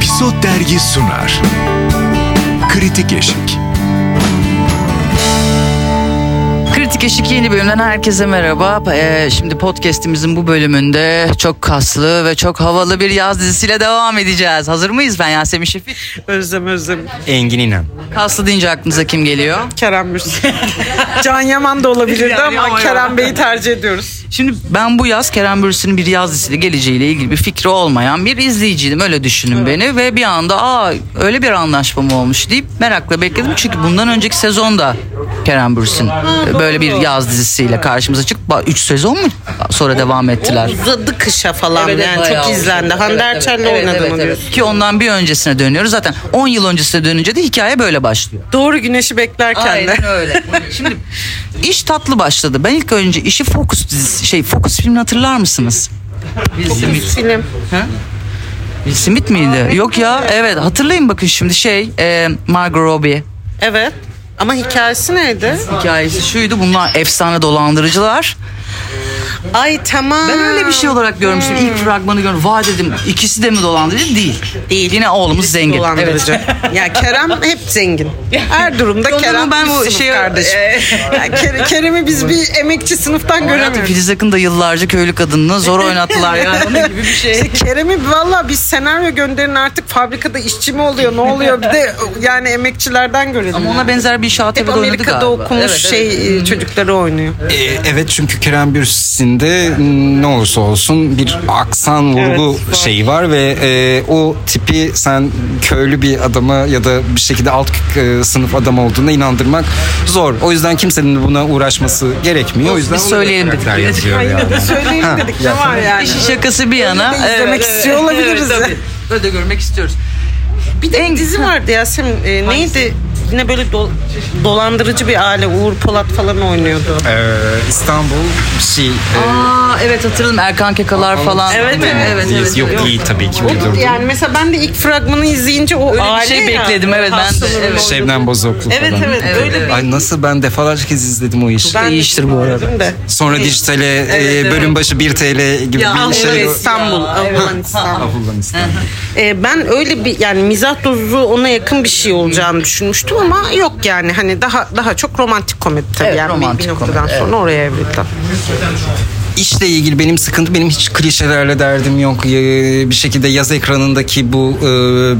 Pisot Dergi sunar. Kritik Eşik. Kritik Eşik yeni bölümden herkese merhaba. Ee, şimdi podcast'imizin bu bölümünde çok kaslı ve çok havalı bir yaz dizisiyle devam edeceğiz. Hazır mıyız? Ben Yasemin Şefik. Özlem Özlem. Engin İnan. Kaslı deyince aklınıza kim geliyor? Kerem Mürsel. Can Yaman da olabilirdi Yani ama ama Kerem ya. Bey'i tercih ediyoruz. Şimdi ben bu yaz Kerem Bürsin'in bir yaz dizisiyle geleceğiyle ilgili bir fikri olmayan bir izleyiciydim. Öyle düşünün beni ve bir anda aa öyle bir anlaşma mı olmuş deyip merakla bekledim. Çünkü bundan önceki sezonda Kerem Bürsin e, böyle bir yaz dizisiyle karşımıza çıktı. 3 sezon mu sonra devam ettiler? Uzadı kışa falan yani bayağı çok oldu. izlendi. Hande Evet, Erçel'le evet, evet, oynadığını evet. diyorsun. Ki ondan bir öncesine dönüyoruz. Zaten 10 yıl öncesine dönünce de hikaye böyle başlıyor. Doğru güneşi beklerken de. Aynen öyle. Şimdi iş tatlı başladı. Ben ilk önce işi Focus dizisi, şey Focus filmini hatırlar mısınız? Will Smith. Film. Will Smith miydi? Yok ya. Evet hatırlayın bakın şimdi şey e, Margot Robbie. Evet. Ama hikayesi neydi? Hikayesi şuydu bunlar efsane dolandırıcılar. Ay tamam. Ben öyle bir şey olarak görmüştüm. İlk fragmanı gördüm. Vay dedim ikisi de mi dolandırıcı? Değil. Değil. Yine oğlumuz zengin. Evet. Dolandırıcı. ya Kerem hep zengin. Her durumda Kerem ben ben bu bu sınıf şey- kardeşim. Ya Ker- Kerem'i biz bir emekçi sınıftan Hayatım göremiyoruz. Filiz Akın da yıllarca köylü kadınını zor oynattılar. Yani onun gibi bir şey. İşte E, Kerem'i valla biz senaryo gönderin artık fabrikada işçi mi oluyor ne oluyor bir de yani emekçilerden görelim. Ama ona benzer bir inşaat Hep evi de oynadı Amerika'da galiba. okumuş Evet, Hmm. evet. şey e, çocukları oynuyor. Ee, evet çünkü Kerem Bürsin de ıı, ne olursa olsun bir aksan vurgu var. şeyi var ve e, o tipi sen köylü bir adama ya da bir şekilde alt e, sınıf adam olduğuna inandırmak zor. O yüzden kimsenin buna uğraşması gerekmiyor. O yüzden Biz söyleyelim öyle dedik. karakter yazıyor Ay, yani. yine de söyleyelim dedik ne var yani. İşin şakası bir yana. de izlemek istiyor olabiliriz Evet, de. tabii. Öyle de görmek istiyoruz. Bir de dizi vardı Yasemin e, neydi? Yine böyle do- dolandırıcı bir aile Uğur Polat falan oynuyordu. Ee, İstanbul bir şey. e, Aa evet hatırladım Erkan Kekalar falan. Evet, Değil mi? evet. evet, evet. Yok, evet. iyi tabii ki. uydurdu. Yani mesela ben de ilk fragmanı izleyince o bir aile şey ya, bekledim, evet, ben de, hastalığın evet. olduğu- Şebnem Bozoklu Evet, falan. evet, Evet, öyle evet. bir- Ay nasıl ben defalarca kez izledim o işi. Ben de İyi iştir bu arada. izledim de. Sonra dijitale e, evet. bölüm başı 1 TL gibi Ya, bir Allah şey. etsin. İstanbul, Ya, Avrupa evet. İstanbul. Allah'ım İstanbul. Ee, ben öyle bir yani mizah dozu ona yakın bir şey olacağını düşünmüştüm ama yok yani hani daha daha çok romantik komedi tabii Evet, yani bir- romantik bir noktadan komedi, sonra oraya evrildim. İşle ilgili benim sıkıntı benim hiç klişelerle derdim yok. Ee, Bir şekilde yaz ekranındaki bu e,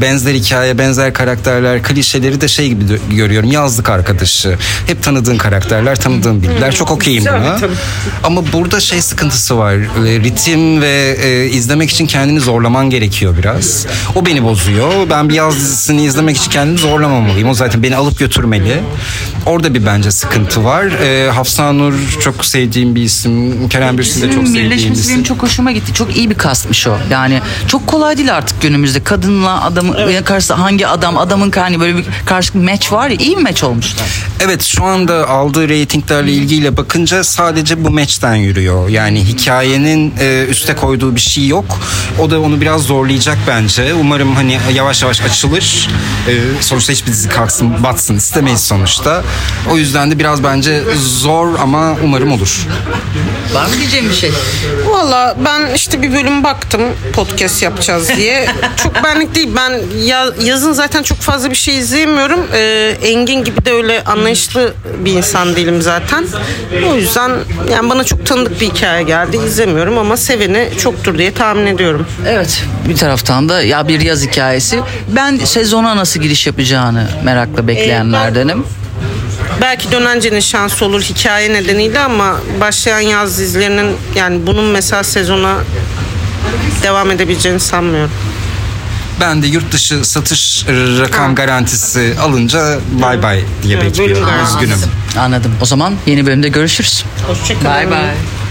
benzer hikaye, benzer karakterler, klişeleri de şey gibi dö- görüyorum. Yazlık arkadaşı. Hep tanıdığın karakterler, tanıdığın bilgiler. Çok okeyim buna. Ama burada şey sıkıntısı var. Ee, Ritim ve e, izlemek için kendini zorlaman gerekiyor biraz. O beni bozuyor. Ben bir yaz dizisini izlemek için kendimi zorlamamalıyım. O zaten beni alıp götürmeli. Orada bir bence sıkıntı var. Ee, Hafsa Nur çok sevdiğim bir isim. Kerem Bürsin de çok Filmin sevdiğim birleşmesi isim. benim çok hoşuma gitti. Çok iyi bir kastmış o. Yani çok kolay değil artık günümüzde. Kadınla adamın karşısında hangi adam, adamın hani böyle bir karşı match var ya iyi bir match olmuşlar. Evet şu anda aldığı reytinglerle ilgiyle bakınca sadece bu maçtan yürüyor. Yani hikayenin e, üste koyduğu bir şey yok. O da onu biraz zorlayacak bence. Umarım hani yavaş yavaş açılır. E, sonuçta hiçbir dizi kalksın batsın istemeyiz sonuçta. O yüzden de biraz bence zor ama umarım olur. Var mı diyeceğim bir şey? Valla ben işte bir bölüm baktım podcast yapacağız diye. çok benlik değil. Ben ya- yazın zaten çok fazla bir şey izleyemiyorum. Ee, Engin gibi de öyle anlayışlı bir insan değilim zaten. O yüzden yani bana çok tanıdık bir hikaye geldi. İzlemiyorum ama seveni çoktur diye tahmin ediyorum. Evet. Bir taraftan da ya bir yaz hikayesi. Ben sezona nasıl giriş yapacağını merakla bekleyenlerdenim. Belki dönencenin şansı olur hikaye nedeniyle ama başlayan yaz dizilerinin yani bunun mesela sezona devam edebileceğini sanmıyorum. Ben de yurt dışı satış e, rakam garantisi alınca bay bay diye Evet, bölüm bekliyorum. garantisi. Üzgünüm. Anladım. O zaman yeni bölümde görüşürüz. Bye bye.